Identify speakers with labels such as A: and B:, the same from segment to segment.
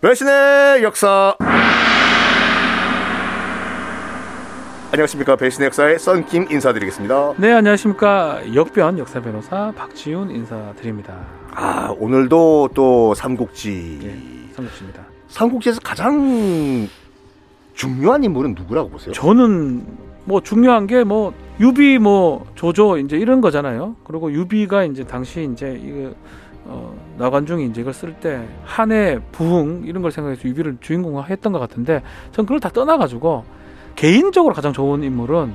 A: 배신의 역사. 안녕하십니까 배신의 역사의 썬킴 인사드리겠습니다.
B: 네, 안녕하십니까. 역변 역사 변호사 박지훈 인사드립니다.
A: 아 오늘도 또 삼국지.
B: 예, 삼국지입니다.
A: 삼국지에서 가장 중요한 인물은 누구라고 보세요?
B: 저는 뭐 중요한 게 뭐 유비 뭐 조조 이제 이런 거잖아요. 그리고 유비가 이제 당시 이제 이거 어, 나관중이 이제 이걸 쓸 때 한의 부흥 이런 걸 생각해서 유비를 주인공으로 했던 것 같은데 전 그걸 다 떠나가지고 개인적으로 가장 좋은 인물은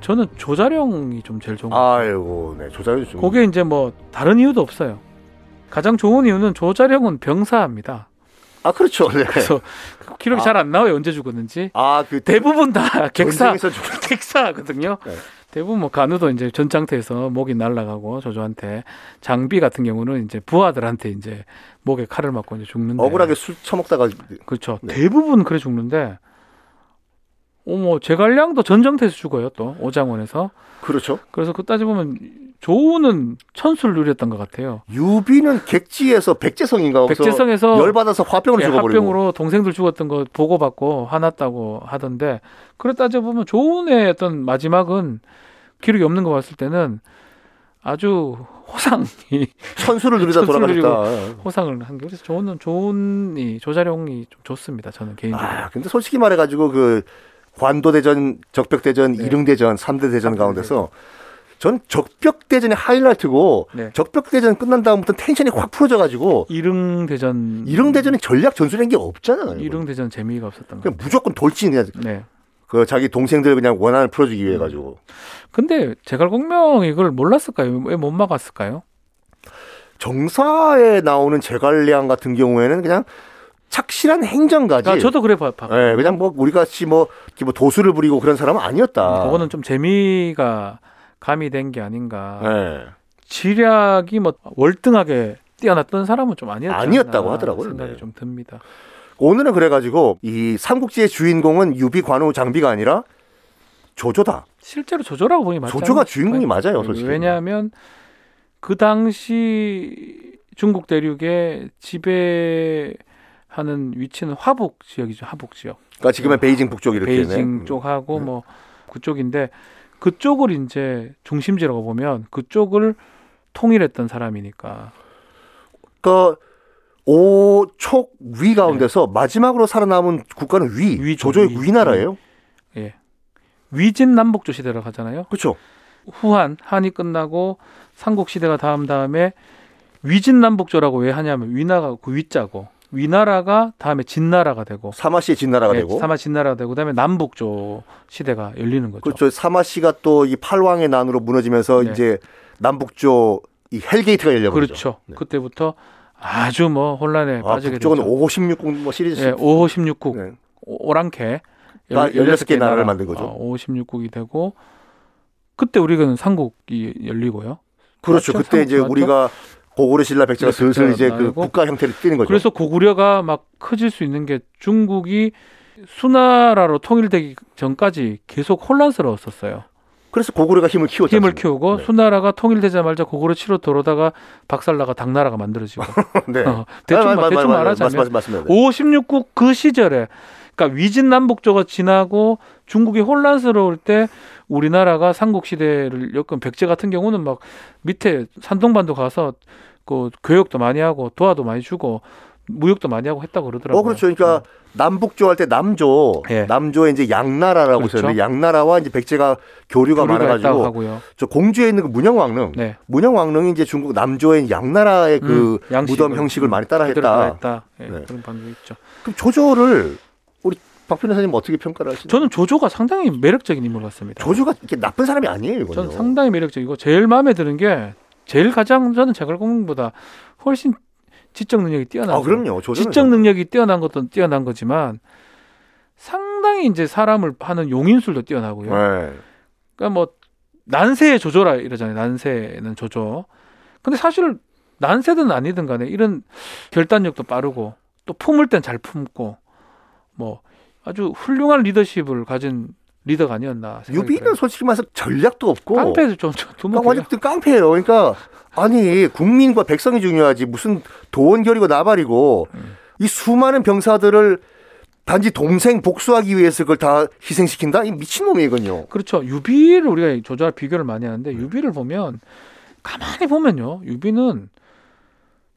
B: 저는 조자룡이 좀 제일 좋은 것
A: 아이고 네 조자연 씨.
B: 그게 이제 뭐 다른 이유도 없어요. 가장 좋은 이유는 조자룡은 병사입니다.
A: 아 그렇죠. 네.
B: 그래서 기록이
A: 아.
B: 잘 안 나와요. 언제 죽었는지.
A: 아그
B: 대부분 다 객사,
A: 전쟁에서 죽-
B: 객사거든요.
A: 네.
B: 대부분 뭐 간우도 이제 전장태에서 목이 날아가고 조조한테 장비 같은 경우는 이제 부하들한테 이제 목에 칼을 맞고 이제 죽는데
A: 억울하게 술 처먹다가
B: 그렇죠.
A: 네.
B: 대부분 그래 죽는데 어머 제갈량도 전장태에서 죽어요 또 오장원에서
A: 그렇죠.
B: 그래서 그 따지보면 조우는 천수를 누렸던 것 같아요.
A: 유비는 객지에서 백제성인가 거기서
B: 백제성에서
A: 열 받아서 화병으로
B: 예,
A: 죽어버리고.
B: 합병으로 동생들 죽었던 거 보고받고 화났다고 하던데 그래 따져보면 조은의 어떤 마지막은 기록이 없는 거 봤을 때는 아주 호상이
A: 천수를 누리다
B: 천수를
A: 돌아가셨다.
B: 호상을 한 게 그래서 조은은 조은이 조자룡이 좀 좋습니다 저는 개인적으로
A: 아, 근데 솔직히 말해가지고 그 관도대전, 적벽대전,
B: 네.
A: 이릉대전, 삼대대전
B: 삼대
A: 가운데서 전 적벽대전이 하이라이트고
B: 네.
A: 적벽대전 끝난 다음부터 텐션이 확 풀어져가지고
B: 이릉대전
A: 이릉대전이 전략 전술인 게 없잖아요.
B: 음. 이릉대전 재미가 없었던 거
A: 그냥 무조건 돌진 그냥
B: 네.
A: 그 자기 동생들 그냥 원한을 풀어주기 위해 가지고
B: 음. 근데 제갈공명 이걸 몰랐을까요? 왜 못 막았을까요?
A: 정사에 나오는 제갈량 같은 경우에는 그냥 착실한 행정가지.
B: 아, 저도 그래 봐. 봐.
A: 예, 그냥 뭐 우리 같이 뭐, 이렇게 뭐 도수를 부리고 그런 사람은 아니었다.
B: 그거는 좀 재미가 가미된 게 아닌가.
A: 예.
B: 지략이 뭐 월등하게 뛰어났던 사람은 좀 아니었지 않나
A: 아니었다고 하더라고요.
B: 생각이
A: 네.
B: 좀 듭니다.
A: 오늘은 그래가지고 이 삼국지의 주인공은 유비 관우 장비가 아니라 조조다.
B: 실제로 조조라고 보니 맞죠.
A: 조조가 주인공이 맞아요, 솔직히.
B: 왜냐하면 그 당시 중국 대륙에 지배하는 위치는 화북 지역이죠. 화북 지역.
A: 그러니까 지금은 베이징 북쪽 이렇게.
B: 아, 베이징
A: 네.
B: 쪽하고
A: 네.
B: 뭐 그쪽인데 그쪽을 이제 중심지라고 보면 그쪽을 통일했던 사람이니까
A: 그 오촉 위 가운데서 마지막으로 살아남은 국가는 위.
B: 네. 위죠,
A: 조조의
B: 위.
A: 위나라예요.
B: 위진 남북조 시대로 가잖아요.
A: 그렇죠.
B: 후한 한이 끝나고 삼국 시대가 다음 다음에 위진남북조라고 왜 하냐면 위나가 그 위자고 위나라가 다음에 진나라가 되고
A: 사마씨의 진나라가
B: 예,
A: 되고.
B: 사마 진나라가 되고 그다음에 남북조 시대가 열리는 거죠.
A: 그렇죠. 사마씨가 또 이 팔왕의 난으로 무너지면서
B: 네.
A: 이제 남북조 이 헬게이트가 열려버리죠.
B: 그렇죠.
A: 네.
B: 그때부터 아주 뭐 혼란에
A: 아,
B: 빠지게
A: 북쪽은
B: 되죠.
A: 556군 뭐 시리즈.
B: 예, 5, 16국
A: 네.
B: 오랑캐
A: 나-
B: 열-
A: 16 개의 나라를
B: 나라,
A: 만든 거죠.
B: 어, 5, 16국이 되고 그때 우리는 삼국이 열리고요.
A: 그렇죠.
B: 맞죠?
A: 그때 이제
B: 삼국지
A: 우리가 고구려 신라 백제가
B: 네,
A: 슬슬
B: 백제가
A: 이제 그
B: 나오고.
A: 국가 형태를 띠는 거죠.
B: 그래서 고구려가 막 커질 수 있는 게 중국이 수나라로 통일되기 전까지 계속 혼란스러웠었어요.
A: 그래서 고구려가 힘을 키웠죠.
B: 힘을 키우고
A: 네.
B: 수나라가 통일되자마자 고구려 치로 돌아다가 박살나가 당나라가 만들어지고
A: 네.
B: 어, 대충
A: 아, 맞- 맞-
B: 대충
A: 맞-
B: 말하자면
A: 맞- 맞습니다. 네.
B: 56국 그 시절에 그러니까 위진남북조가 지나고 중국이 혼란스러울 때 우리나라가 삼국시대를 겪은 백제 같은 경우는 막 밑에 산동반도 가서 그 교역도 많이 하고 도화도 많이 주고 무역도 많이 하고 했다고 그러더라고요. 음.
A: 어, 그렇죠. 그러니까 남북조 할 때 남조,
B: 예.
A: 남조에 이제 양나라라고
B: 그렇죠.
A: 있었는데 양나라와 이제 백제가 교류가,
B: 했다고
A: 많아가지고
B: 하고요.
A: 저 공주에 있는 그 문영왕릉,
B: 네.
A: 문영왕릉이 이제 중국 남조의 양나라의 그
B: 음, 양식을,
A: 무덤 형식을
B: 음,
A: 많이
B: 그대로
A: 따라했다.
B: 따라했다. 예,
A: 네.
B: 그런 반응이 있죠.
A: 그럼 조조를 우리 박 변호사님 어떻게 평가를 하시나요?
B: 저는 조조가 상당히 매력적인 인물 같습니다.
A: 조조가 이렇게 나쁜 사람이 아니에요, 이거는.
B: 저는 상당히 매력적이고 제일 마음에 드는 게 제일 가장 저는 제갈공보다 훨씬 지적 능력이 뛰어난
A: 아,
B: 거.
A: 그럼요. 조조는
B: 지적 능력이 뛰어난 것도 뛰어난 거지만 상당히 이제 사람을 하는 용인술도 뛰어나고요.
A: 네.
B: 그러니까 뭐 난세의 조조라 이러잖아요. 난세는 조조. 근데 사실 난세든 아니든 간에 이런 결단력도 빠르고 또 품을 땐 잘 품고 뭐 아주 훌륭한 리더십을 가진 리더가 아니었나 생각이
A: 유비는
B: 들어요.
A: 솔직히 말해서 전략도 없고
B: 깡패도 좀 두목
A: 그러니까 완전 깡패예요. 그러니까 아니 국민과 백성이 중요하지 무슨 도원결이고 나발이고
B: 음.
A: 이 수많은 병사들을 단지 동생 복수하기 위해서 그걸 다 희생시킨다? 이 미친놈이군요.
B: 그렇죠. 유비를 우리가 조조와 비교를 많이 하는데 유비를 보면 가만히 보면요. 유비는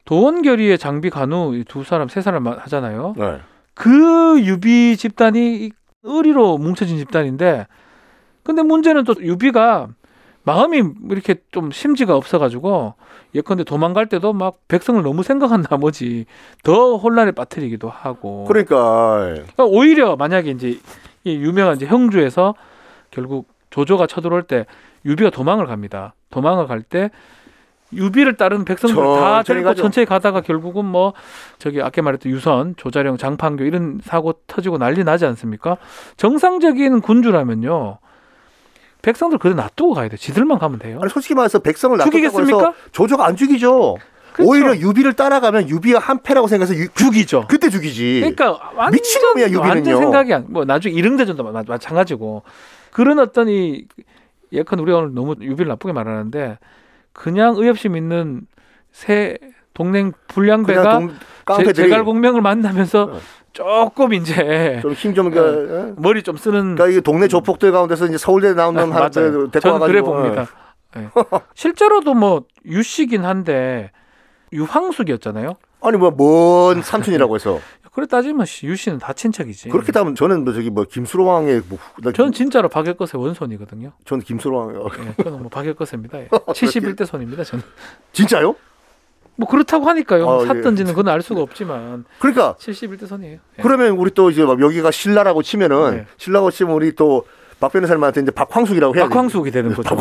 B: 도원결의의 장비 간우 이두 사람 세 사람 마- 하잖아요.
A: 네.
B: 그 유비 집단이 이 의리로 뭉쳐진 집단인데 근데 문제는 또 유비가 마음이 이렇게 좀 심지가 없어가지고 예컨대 도망갈 때도 막 백성을 너무 생각한 나머지 더 혼란에 빠뜨리기도 하고
A: 그러니까
B: 그러니까 오히려 만약에 이제 이 유명한 이제 형주에서 결국 조조가 쳐들어올 때 유비가 도망을 갑니다. 도망을 갈 때 유비를 따르는 백성들 다
A: 천천히
B: 데리고
A: 가죠.
B: 천천히 가다가 결국은 뭐 저기 아까 말했던 유선, 조자령, 장판교 이런 사고 터지고 난리 나지 않습니까? 정상적인 군주라면요. 백성들 그대 놔두고 가야 돼. 지들만 가면 돼요.
A: 아니 솔직히 말해서 백성을 놔뒀다고
B: 죽이겠습니까?
A: 해서 조조가 안 죽이죠.
B: 그렇죠.
A: 오히려 유비를 따라가면 유비가 한패라고 생각해서 유-
B: 죽이죠.
A: 그때 죽이지.
B: 그러니까 완전
A: 미친놈이야, 유비는요.
B: 완전 생각이 안. 뭐 나중에 이릉대전도 마- 마찬가지고 그런 어떤 이 약간 우리가 오늘 너무 유비를 나쁘게 말하는데 그냥 의협심 있는 새 동맹
A: 그냥
B: 불량배가
A: 동- 깡패들이
B: 그러니까 제갈공명을 만나면서
A: 어.
B: 조금 이제
A: 좀 힘좀
B: 어.
A: 그러니까
B: 머리 좀 쓰는
A: 이게 동네 조폭들 가운데서 이제 서울대 나온 놈 하나 데리고
B: 맞아요.
A: 와가지고 어.
B: 저는 그래 봅니다. 예. 실제로도 뭐 유씨긴 한데 유황숙이었잖아요.
A: 어. 아니 뭐 먼 삼촌이라고 해서
B: 그래 따지면 씨, 유씨는 다 친척이지.
A: 그렇게 따면 저는 뭐 저기 뭐 김수로 왕의 뭐, 후- 나-
B: 저는 진짜로 박예것의 원손이거든요.
A: 전 김수로 왕 어,
B: 예, 저는 뭐 박일것입니다. 71대 손입니다. 저는
A: 진짜요?
B: 뭐 그렇다고 하니까요.
A: 아, 예.
B: 샀던지는 그건 알 수가 없지만
A: 그러니까
B: 71대 손이에요. 예.
A: 그러면 우리 또 이제 막 여기가 신라라고 치면은
B: 네.
A: 신라고 치면 우리 또 박 변호사님한테 이제 박황숙이라고 해야 돼.
B: 박황숙이 되는 거죠.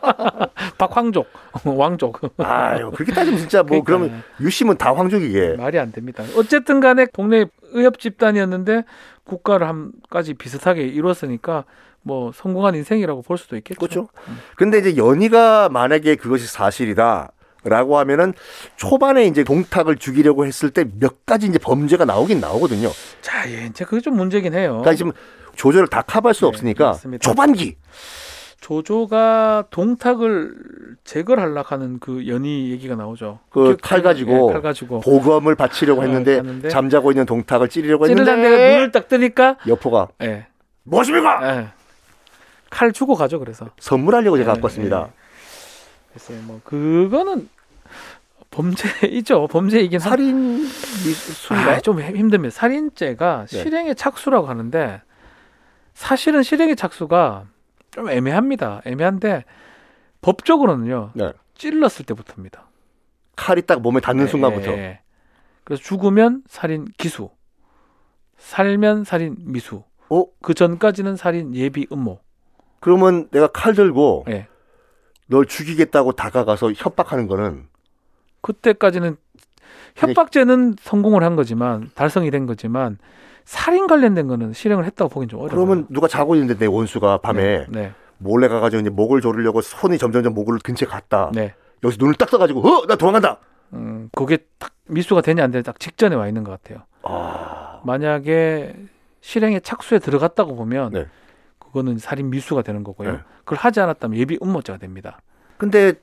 B: 박황족, 어, 왕족
A: 아유 그렇게 따지면 진짜 뭐 그러면
B: 그러니까요.
A: 유심은 다 황족이게.
B: 말이 안 됩니다. 어쨌든간에 동네 의협 집단이었는데 국가를 함까지 비슷하게 이뤘으니까 뭐 성공한 인생이라고 볼 수도 있겠죠.
A: 그렇죠.
B: 음.
A: 근데 이제 연희가 만약에 그것이 사실이다. 라고 하면은 초반에 이제 동탁을 죽이려고 했을 때 몇 가지 이제 범죄가 나오긴 나오거든요.
B: 자, 예, 이제 그게 좀 문제긴 해요.
A: 그러니까 지금 조절을 다 커버할 수
B: 어. 네,
A: 없으니까
B: 맞습니다.
A: 초반기
B: 조조가 동탁을 제거하려고 하는 그 연희 얘기가 나오죠.
A: 그 칼 가지고
B: 예, 칼 가지고
A: 보검을 바치려고
B: 어,
A: 했는데
B: 갔는데
A: 잠자고 있는 동탁을 아, 찌르려고
B: 찌르는 데가
A: 뭐 했는데 아.
B: 눈을 딱 뜨니까
A: 여포가
B: 예.
A: 무엇입니까?
B: 예. 칼 주고 가죠 그래서
A: 선물하려고 제가
B: 예,
A: 갖고 왔습니다.
B: 그래서 뭐 그거는 범죄이죠 범죄이긴 한데
A: 살인
B: 아,
A: 미수인가?
B: 좀 힘- 힘듭니다 살인죄가
A: 네.
B: 실행의 착수라고 하는데 사실은 실행의 착수가 좀 애매합니다 애매한데 법적으로는요
A: 네.
B: 찔렀을 때부터입니다
A: 칼이 딱 몸에 닿는
B: 예,
A: 순간부터
B: 예, 예. 그래서 죽으면 살인 기수 살면 살인 미수
A: 어?
B: 그 전까지는 살인 예비 음모
A: 그러면 내가 칼 들고
B: 예.
A: 널 죽이겠다고 다가가서 협박하는 거는
B: 그때까지는 협박죄는 성공을 한 거지만 달성이 된 거지만 살인 관련된 거는 실행을 했다고 보긴 좀 어려워요.
A: 그러면 누가 자고 있는데 내 원수가 밤에
B: 네,
A: 몰래 가가지고 이제 목을 조르려고 손이 점점점 목을 근처에 갔다.
B: 네.
A: 여기서 눈을 딱 떠가지고 어나 도망간다.
B: 음, 그게 딱 미수가 되냐 안 되냐 딱 직전에 와 있는 것 같아요.
A: 아,
B: 만약에 실행에 착수에 들어갔다고 보면
A: 네.
B: 그거는 살인 미수가 되는 거고요.
A: 네.
B: 그걸 하지 않았다면 예비 음모죄가 됩니다.
A: 근데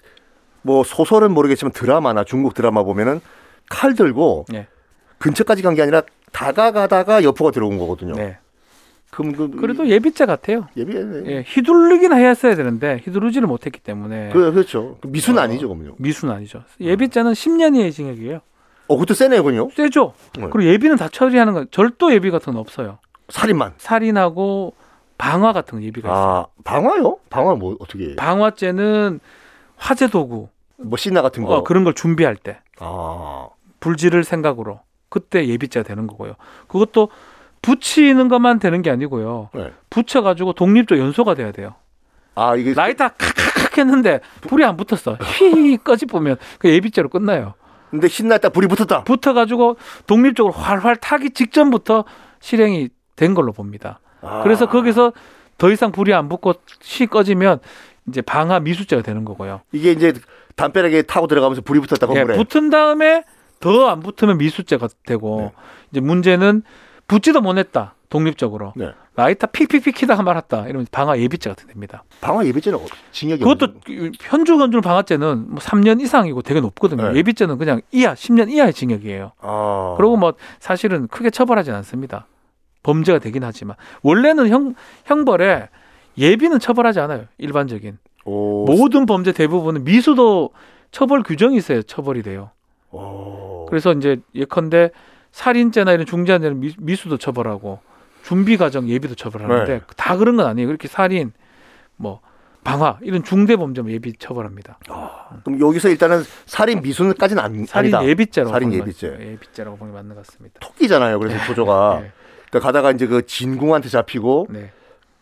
A: 뭐 소설은 모르겠지만 드라마나 중국 드라마 보면은 칼 들고
B: 네.
A: 근처까지 간 게 아니라 다가가다가 옆으로 들어온 거거든요.
B: 네.
A: 그럼 네. 그
B: 그래도 예비죄 같아요.
A: 예비
B: 예, 휘둘르긴 했어야 되는데 휘두르지를 못했기 때문에
A: 그, 그렇죠. 그 미수는
B: 예. 어.
A: 아니죠, 그럼요.
B: 미수는 아니죠. 예비죄는 10년 이하의 징역이에요.
A: 어, 그것도 세네요, 그요
B: 세죠.
A: 네.
B: 그리고 예비는 다 처리하는 건 절도 예비 같은 건 없어요.
A: 살인만.
B: 살인하고 방화 같은 건 예비가 있어요.
A: 아, 방화요? 방화 뭐 어떻게? 해요?
B: 방화죄는 화재 도구
A: 뭐 씨나 같은 거.
B: 어, 그런 걸 준비할 때
A: 아,
B: 불지를 생각으로 그때 예비죄 되는 거고요. 그것도 붙이는 것만 되는 게 아니고요.
A: 네.
B: 붙여가지고 독립적 연소가 돼야 돼요.
A: 아 이게
B: 라이터 칵칵칵 했는데 불이 안 붙었어. 휘 꺼집으면 그 예비죄로 끝나요.
A: 근데 신나 있다 불이 붙었다.
B: 붙어가지고 독립적으로 활활 타기 직전부터 실행이 된 걸로 봅니다.
A: 아.
B: 그래서 거기서 더 이상 불이 안 붙고 시 꺼지면 이제 방화 미수죄가 되는 거고요.
A: 이게 이제 담벼락에 타고 들어가면서 불이 붙었다
B: 예,
A: 건물에.
B: 붙은 다음에 더 안 붙으면 미수죄가 되고
A: 네.
B: 이제 문제는 붙지도 못했다. 독립적으로.
A: 네.
B: 라이터 픽픽픽 키다가 말았다. 이러면 방화 예비죄가 됩니다.
A: 방화 예비죄는 어- 징역이
B: 그것도
A: 없는-
B: 현주 건줄 방화죄는 뭐 3년 이상이고 되게 높거든요.
A: 네.
B: 예비죄는 그냥 이하 10년 이하의 징역이에요.
A: 아.
B: 그리고 뭐 사실은 크게 처벌하진 않습니다. 범죄가 되긴 하지만 원래는 형 형벌에 예비는 처벌하지 않아요. 일반적인
A: 오.
B: 모든 범죄 대부분은 미수도 처벌 규정이 있어요. 처벌이 돼요.
A: 오.
B: 그래서 이제 예컨대 살인죄나 이런 중대한 죄는 미- 미수도 처벌하고 준비 과정 예비도 처벌하는데
A: 네.
B: 다 그런 건 아니에요. 그렇게 살인 뭐 방화 이런 중대 범죄면 뭐 예비 처벌합니다.
A: 그럼 여기서 일단은 살인 미수는까지는 안,
B: 살인
A: 아니다.
B: 예비죄라고
A: 살인
B: 보는 거-
A: 예비죄.
B: 예비죄라고 보는 게 맞는 것 같습니다.
A: 토끼잖아요. 그래서 조조가
B: 네.
A: 그러니까 가다가 이제 그 진궁한테 잡히고
B: 네.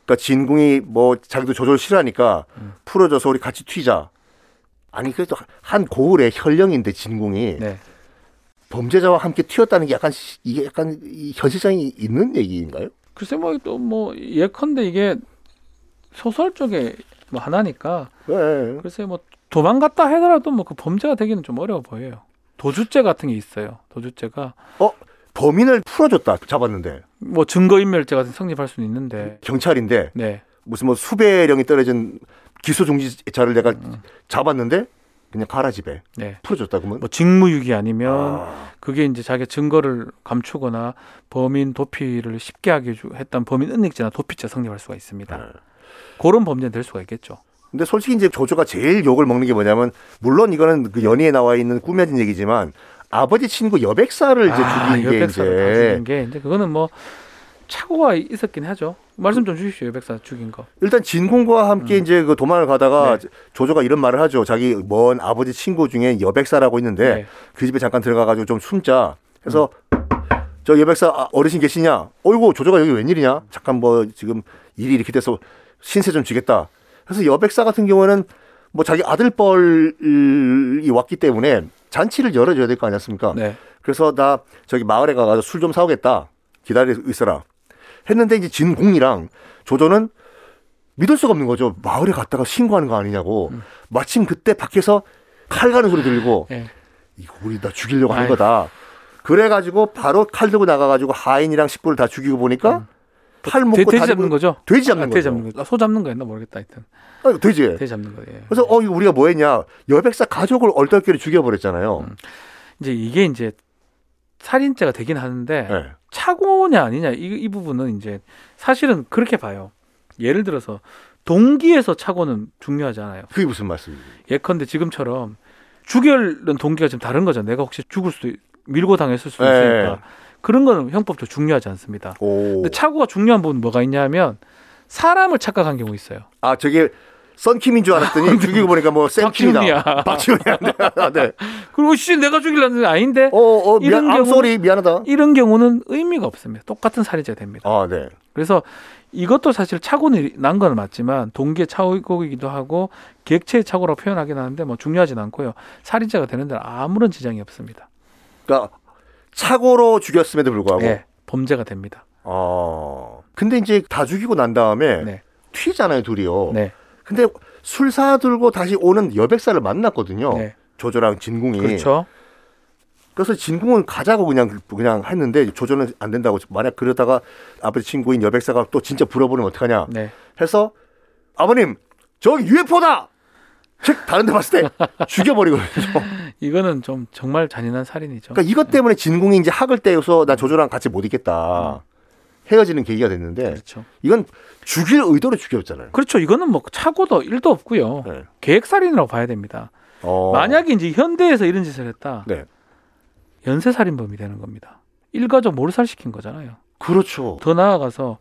A: 그러니까 진궁이 뭐 자기도 조절 싫어하니까
B: 음.
A: 풀어줘서 우리 같이 튀자. 아니 그래도 한 고을의 현령인데 진궁이
B: 네.
A: 범죄자와 함께 튀었다는 게 약간 시- 이게 약간 이 현실성이 있는 얘기인가요?
B: 글쎄 뭐 또 뭐 예컨대 이게 소설 쪽에 뭐 하나니까
A: 네.
B: 글쎄 뭐 도망갔다 하더라도 뭐 그 범죄가 되기는 좀 어려워 보여요. 도주죄 같은 게 있어요. 도주죄가
A: 범인을 풀어줬다 잡았는데
B: 뭐 증거인멸죄 같은 성립할 수는 있는데
A: 경찰인데
B: 네
A: 무슨 뭐 수배령이 떨어진 기소중지자를 내가
B: 음.
A: 잡았는데 그냥 가라 집에
B: 네.
A: 풀어줬다 그러면
B: 뭐 직무유기 아니면
A: 아,
B: 그게 이제 자기 증거를 감추거나 범인 도피를 쉽게 하게 주- 했던 범인 은닉죄나 도피죄 성립할 수가 있습니다.
A: 네.
B: 그런 범죄는 될 수가 있겠죠.
A: 근데 솔직히 이제 조조가 제일 욕을 먹는 게 뭐냐면 물론 이거는 그 연희에 나와 있는 꾸며진 얘기지만 아버지 친구 여백사를 이제 죽인 게
B: 아, 여백사를 다
A: 이제
B: 죽인 게 이제 그거는 뭐 착오가 있었긴 하죠. 말씀 좀 주십시오. 여백사 죽인 거.
A: 일단 진공과 함께 이제 그 도망을 가다가
B: 음. 네.
A: 조조가 이런 말을 하죠. 자기 먼 아버지 친구 중에 여백사라고 있는데
B: 네. 음.
A: 그 집에 잠깐 들어가가지고 좀 숨자. 그래서 저 여백사 아, 어르신 계시냐? 어이구 조조가 여기 웬일이냐? 잠깐 뭐 지금 일이 이렇게 돼서 신세 좀 지겠다. 그래서 여백사 같은 경우는 뭐 자기 아들뻘이 왔기 때문에 잔치를 열어줘야 될 거 아니었습니까?
B: 네.
A: 그래서 나 저기 마을에 가서 술 좀 사오겠다. 기다리고 있어라. 했는데 이제 진공이랑 조조는 믿을 수가 없는 거죠. 마을에 갔다가 신고하는 거 아니냐고.
B: 음.
A: 마침 그때 밖에서 칼 가는 소리 들리고
B: 네.
A: 이거 우리 나 죽이려고 한
B: 아이고.
A: 거다. 그래가지고 바로 칼 들고 나가가지고 하인이랑 식구를 다 죽이고 보니까 칼
B: 음. 돼,
A: 먹고
B: 돼지
A: 다리
B: 잡는
A: 물-
B: 거죠?
A: 돼지 잡는
B: 아,
A: 거죠.
B: 돼지 잡는 거. 소 잡는 거였나 모르겠다. 하여튼
A: 아, 돼지.
B: 돼지 잡는 거예요.
A: 그래서 어 이거 우리가 뭐했냐 여백사 가족을 얼떨결에 죽여버렸잖아요.
B: 음. 이제 이게 이제 살인죄가 되긴 하는데
A: 네.
B: 착오냐 아니냐 이, 이 부분은 이제 사실은 그렇게 봐요. 예를 들어서 동기에서 착오는 중요하지 않아요.
A: 그게 무슨 말씀이에요?
B: 예컨대 지금처럼 주결은 동기가 좀 다른 거죠. 내가 혹시 죽을 수도 있- 밀고 당했을 수도 있으니까
A: 네.
B: 그런 거는 형법적으로 중요하지 않습니다.
A: 오.
B: 근데 착오가 중요한 부분 은 뭐가 있냐면 사람을 착각한 경우 있어요.
A: 아 저게 썬킴인 줄 알았더니 죽이고 보니까 뭐 샘킴이다.
B: 박지훈이야.
A: 박지훈이야. 네.
B: 그리고 어, 씨 내가 죽이려는 아닌데
A: 어, 어 미안.
B: 이런
A: I'm
B: 경우-
A: sorry. 미안하다.
B: 이런 경우는 의미가 없습니다. 똑같은 살인죄가 됩니다.
A: 아 네.
B: 그래서 이것도 사실 착오는 난 건 맞지만 동기의 착오이기도 하고 계획체의 착오라고 표현하긴 하는데 뭐 중요하진 않고요. 살인죄가 되는 데는 아무런 지장이 없습니다.
A: 그러니까 착오로 죽였음에도 불구하고.
B: 예, 범죄가 됩니다.
A: 아 근데 이제 다 죽이고 난 다음에
B: 네.
A: 튀잖아요 둘이요.
B: 네,
A: 근데 술 사들고 다시 오는 여백사를 만났거든요.
B: 네.
A: 조조랑 진궁이.
B: 그렇죠.
A: 래서 진궁은 가자고 그냥 그냥 했는데 조조는 안 된다고 만약 그러다가 아버지 친구인 여백사가 또 진짜 불어버리면 어떡하냐
B: 네,
A: 해서 아버님 저기 UFO다. 즉 다른 데 봤을 때 죽여버리거든요.
B: 이거는 좀 정말 잔인한 살인이죠.
A: 그러니까 이것 때문에 진궁이 이제 학을 떼어서 나 조조랑 같이 못 있겠다. 헤어지는 계기가 됐는데
B: 그렇죠.
A: 이건 죽일 의도로 죽였잖아요.
B: 그렇죠. 이거는 뭐 착오도 일도 없고요.
A: 네.
B: 계획살인이라고 봐야 됩니다.
A: 어.
B: 만약에 이제 현대에서 이런 짓을 했다.
A: 네.
B: 연쇄살인범이 되는 겁니다. 일가족 몰살시킨 거잖아요.
A: 그렇죠.
B: 더 나아가서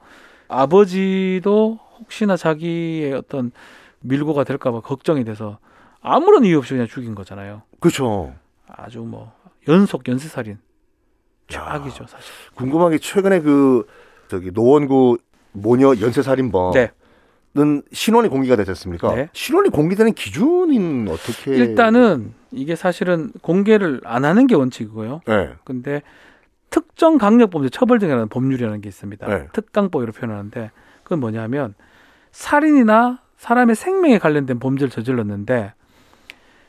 B: 아버지도 혹시나 자기의 어떤 밀고가 될까봐 걱정이 돼서 아무런 이유 없이 그냥 죽인 거잖아요.
A: 그렇죠.
B: 아주 뭐 연속 연쇄살인
A: 야.
B: 악이죠 사실.
A: 궁금한 게 최근에 그 저기 노원구 모녀 연쇄살인범은
B: 네.
A: 신원이 공개가 되지 않습니까?
B: 네.
A: 신원이 공개되는 기준은 어떻게?
B: 일단은 이게 사실은 공개를 안 하는 게 원칙이고요.
A: 네.
B: 근데 특정 강력범죄 처벌 등이라는 법률이라는 게 있습니다.
A: 네.
B: 특강법으로 표현하는데 그건 뭐냐면 살인이나 사람의 생명에 관련된 범죄를 저질렀는데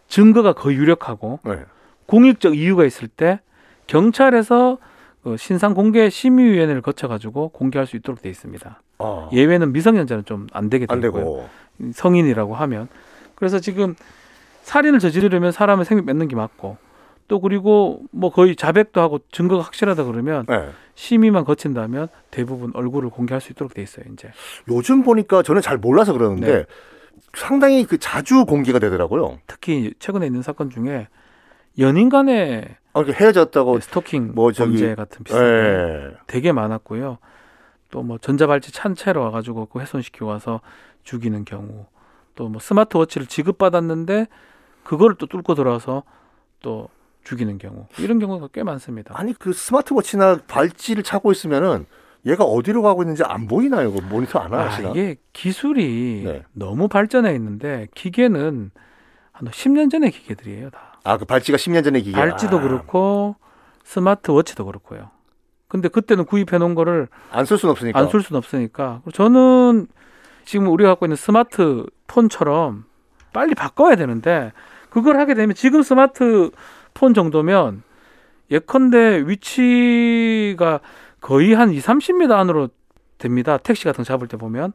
B: 증거가 거의 유력하고
A: 네.
B: 공익적 이유가 있을 때 경찰에서 그 신상 공개 심의위원회를 거쳐가지고 공개할 수 있도록 돼 있습니다.
A: 아,
B: 예외는 미성년자는 좀 안 되게
A: 안
B: 되고요. 음,
A: 되고.
B: 성인이라고 하면 그래서 지금 살인을 저지르려면 사람의 생명 맺는 게 맞고 또 그리고 뭐 거의 자백도 하고 증거가 확실하다 그러면
A: 네.
B: 심의만 거친다면 대부분 얼굴을 공개할 수 있도록 돼 있어요 이제
A: 요즘 보니까 저는 잘 몰라서 그러는데
B: 네.
A: 상당히 그 자주 공개가 되더라고요.
B: 특히 최근에 있는 사건 중에 연인 간의
A: 아, 이렇게 헤어졌다고.
B: 스토킹
A: 뭐 저기-
B: 범죄 같은
A: 예.
B: 네, 비슷한 게 되게 많았고요 또 뭐 전자발찌 찬채로 와가지고 그 훼손시키고 와서 죽이는 경우 또 뭐 스마트워치를 지급받았는데 그거를 또 뚫고 들어와서 또 죽이는 경우 이런 경우가 꽤 많습니다.
A: 아니 그 스마트워치나 발찌를 차고 있으면은 얘가 어디로 가고 있는지 안 보이나요? 그 모니터 안
B: 아,
A: 하시나?
B: 이게 기술이
A: 네.
B: 너무 발전해 있는데 기계는 한 10년 전의 기계들이에요 다.
A: 아 그 발찌가 10년 전의 기계.
B: 발찌도
A: 아,
B: 그렇고 스마트워치도 그렇고요. 근데 그때는 구입해 놓은 거를
A: 안쓸 수는 없으니까.
B: 안 쓸 수는 없으니까 저는 지금 우리가 갖고 있는 스마트폰처럼 빨리 바꿔야 되는데 그걸 하게 되면 지금 스마트폰 정도면 예컨대 위치가 거의 한 2, 30m 안으로 됩니다. 택시 같은 거 잡을 때 보면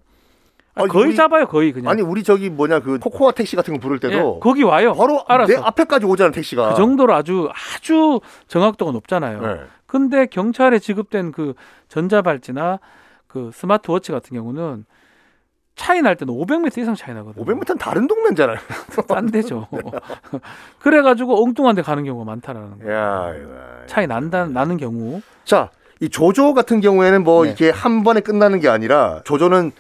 B: 아니,
A: 아니,
B: 거의
A: 우리-
B: 잡아요, 거의 그냥.
A: 아니 우리 저기 뭐냐 그 코코아 택시 같은 거 부를 때도
B: 예, 거기 와요.
A: 바로
B: 알았어.
A: 내 앞에까지 오잖아 택시가.
B: 그 정도로 아주 아주 정확도가 높잖아요.
A: 네.
B: 근데 경찰에 지급된 그 전자발찌나 그 스마트워치 같은 경우는 차이 날 때는 500m 이상 차이 나거든요.
A: 500m는 다른 동네잖아요.
B: 딴 데죠. 그래가지고 엉뚱한 데 가는 경우가 많다라는 거.
A: 야, 이거.
B: 차이 난다,
A: 네.
B: 나는 경우.
A: 자, 이 조조 같은 경우에는 뭐
B: 네.
A: 이게 한 번에 끝나는 게 아니라 조조는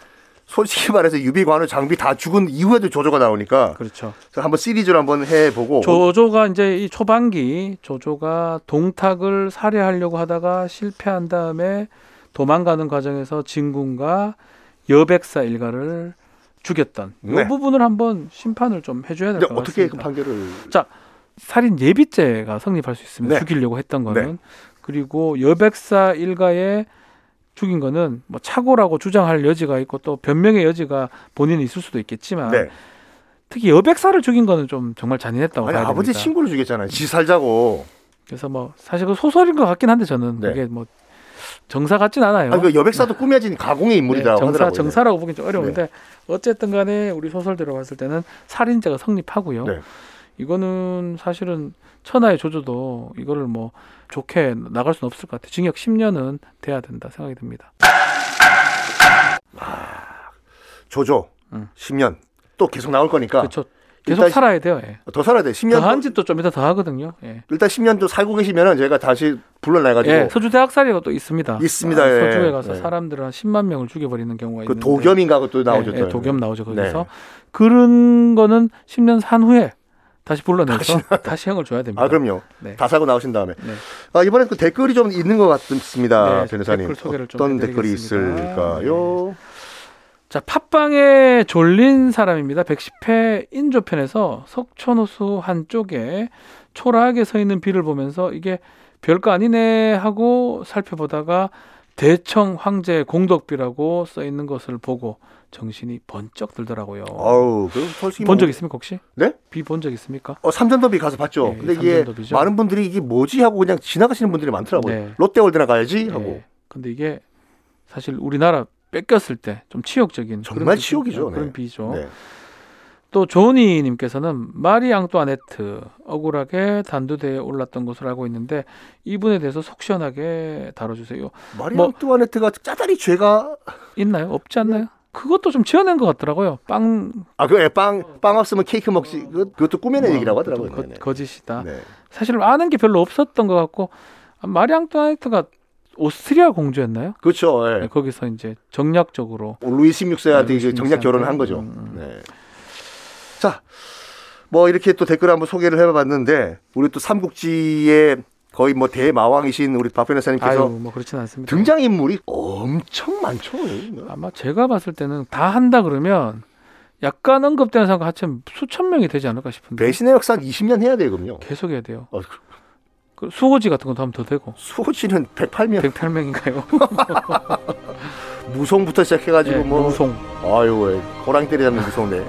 A: 솔직히 말해서 유비 관우 장비 다 죽은 이후에도 조조가 나오니까
B: 그렇죠.
A: 그래서 한번 시리즈를 한번 해보고
B: 조조가 이제 이 초반기 조조가 동탁을 살해하려고 하다가 실패한 다음에 도망가는 과정에서 진군과 여백사 일가를 죽였던 이
A: 네.
B: 부분을 한번 심판을 좀 해줘야 될
A: 근데
B: 것 같습니다.
A: 어떻게 그 판결을
B: 살인 예비죄가 성립할 수 있습니다.
A: 네.
B: 죽이려고 했던 거는 그리고 여백사 일가의 죽인 거는 뭐 착오라고 주장할 여지가 있고 또 변명의 여지가 본인이 있을 수도 있겠지만
A: 네.
B: 특히 여백사를 죽인 거는 좀 정말 잔인했다고
A: 아니
B: 봐야
A: 아버지
B: 됩니다.
A: 친구를 죽였잖아요. 지 살자고.
B: 그래서 뭐 사실 그 소설인 것 같긴 한데 저는
A: 네.
B: 그게 뭐 정사 같진 않아요.
A: 아니 그 여백사도 꾸며진 가공의 인물이라고
B: 네. 정사
A: 하더라고요. 네.
B: 정사라고 보긴 좀 어려운데 어쨌든 간에 우리 소설대로 봤을 때는 살인죄가 성립하고요.
A: 네.
B: 이거는 사실은 천하의 조조도 이거를 뭐 좋게 나갈 수는 없을 것 같아요. 징역 10년은 돼야 된다 생각이 듭니다.
A: 조조
B: 음.
A: 10년 또 계속 나올 거니까
B: 그렇죠. 계속
A: 일단
B: 살아야 돼요. 예.
A: 더 살아야 돼. 10년
B: 더한 집도 좀 이따 더 하거든요. 예.
A: 일단 10년도 살고 계시면은 제가 다시 불러내가지고
B: 예, 서주대 학살이가 또 있습니다.
A: 있습니다,
B: 아,
A: 예.
B: 서주에 가서
A: 예.
B: 사람들을 한 10만 명을 죽여버리는 경우가
A: 그
B: 있는데
A: 도겸인가 그것도 나오죠.
B: 예, 예, 도겸 나오죠 거기서
A: 네.
B: 그런 거는 10년 산 후에 다시 불러내서 다시, 형을 줘야 됩니다.
A: 아 그럼요.
B: 네.
A: 다 사고 나오신 다음에
B: 네.
A: 아, 이번에 그 댓글이 좀 있는 것 같습니다,
B: 네,
A: 변호사님.
B: 댓글 소개를 좀
A: 어떤 댓글이
B: 해드리겠습니다. 네.
A: 있을까요?
B: 자 팟빵에 졸린 사람입니다. 110회 인조편에서 석촌호수 한쪽에 초라하게 서 있는 비를 보면서 이게 별거 아니네 하고 살펴보다가 대청 황제 공덕비라고 써 있는 것을 보고 정신이 번쩍 들더라고요.
A: 아우, 그 솔직히
B: 본 적
A: 뭐,
B: 있습니까 혹시?
A: 네?
B: 비 본 적 있습니까?
A: 어, 삼전더비 가서 봤죠.
B: 예,
A: 근데 이게
B: 삼전더비죠.
A: 많은 분들이 이게 뭐지 하고 그냥 지나가시는 분들이 많더라고요.
B: 네.
A: 롯데월드나 가야지 하고
B: 예. 근데 이게 사실 우리나라 뺏겼을 때 좀 치욕적인
A: 정말
B: 그런 비- 어,
A: 치욕이죠,
B: 그런
A: 네.
B: 비죠.
A: 네.
B: 또 조니님께서는 마리 앙뚜아네트 억울하게 단두대에 올랐던 것으로 알고 있는데 이분에 대해서 속 시원하게 다뤄주세요.
A: 마리앙
B: 뭐-
A: 뚜아네트가 짜다리 죄가
B: 있나요? 없지
A: 네.
B: 않나요? 그것도 좀 지어낸 것 같더라고요. 빵
A: 아그빵빵 빵 없으면 케이크 먹지 그- 그것도 꾸며낸
B: 어. 뭐, 그-
A: 얘기라고
B: 좀
A: 하더라고요.
B: 거,
A: 네네.
B: 거짓이다.
A: 네.
B: 사실 아는 게 별로 없었던 것 같고 아, 마리 앙뚜아네트가 오스트리아 공주였나요?
A: 그렇죠. 예.
B: 네, 거기서 이제 정략적으로
A: 루이 16세한테 이제
B: 아,
A: 정략
B: 루이 16세 한테.
A: 결혼을 한 거죠.
B: 음, 음.
A: 네. 자, 뭐 이렇게 또 댓글 한번 소개를 해봤는데 우리 또 삼국지의 거의 뭐 대마왕이신 우리 박 변호사님께서
B: 아유 뭐 그렇진 않습니다.
A: 등장 인물이 엄청 많죠. 여기는.
B: 아마 제가 봤을 때는 다 한다 그러면 약간 언급되는 사람과 하여튼 수천 명이 되지 않을까 싶은데
A: 배신의 역사 한 20년 해야 돼요, 그럼요.
B: 계속 해야 돼요.
A: 어, 그
B: 그 수호지 같은 것도 하면 더 되고
A: 수호씨는 108명
B: 108명인가요?
A: 무송부터 시작해가지고
B: 네,
A: 뭐
B: 무송
A: 아유 예. 호랑이 때리자면 무서운데.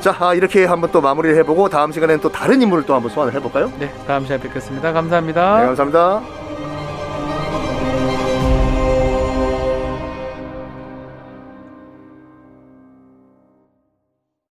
A: 자, 아, 이렇게 한번 또 마무리를 해보고 다음 시간에는 또 다른 인물을 또 한번 소환을 해볼까요?
B: 네 다음 시간에 뵙겠습니다. 감사합니다.
A: 네, 감사합니다.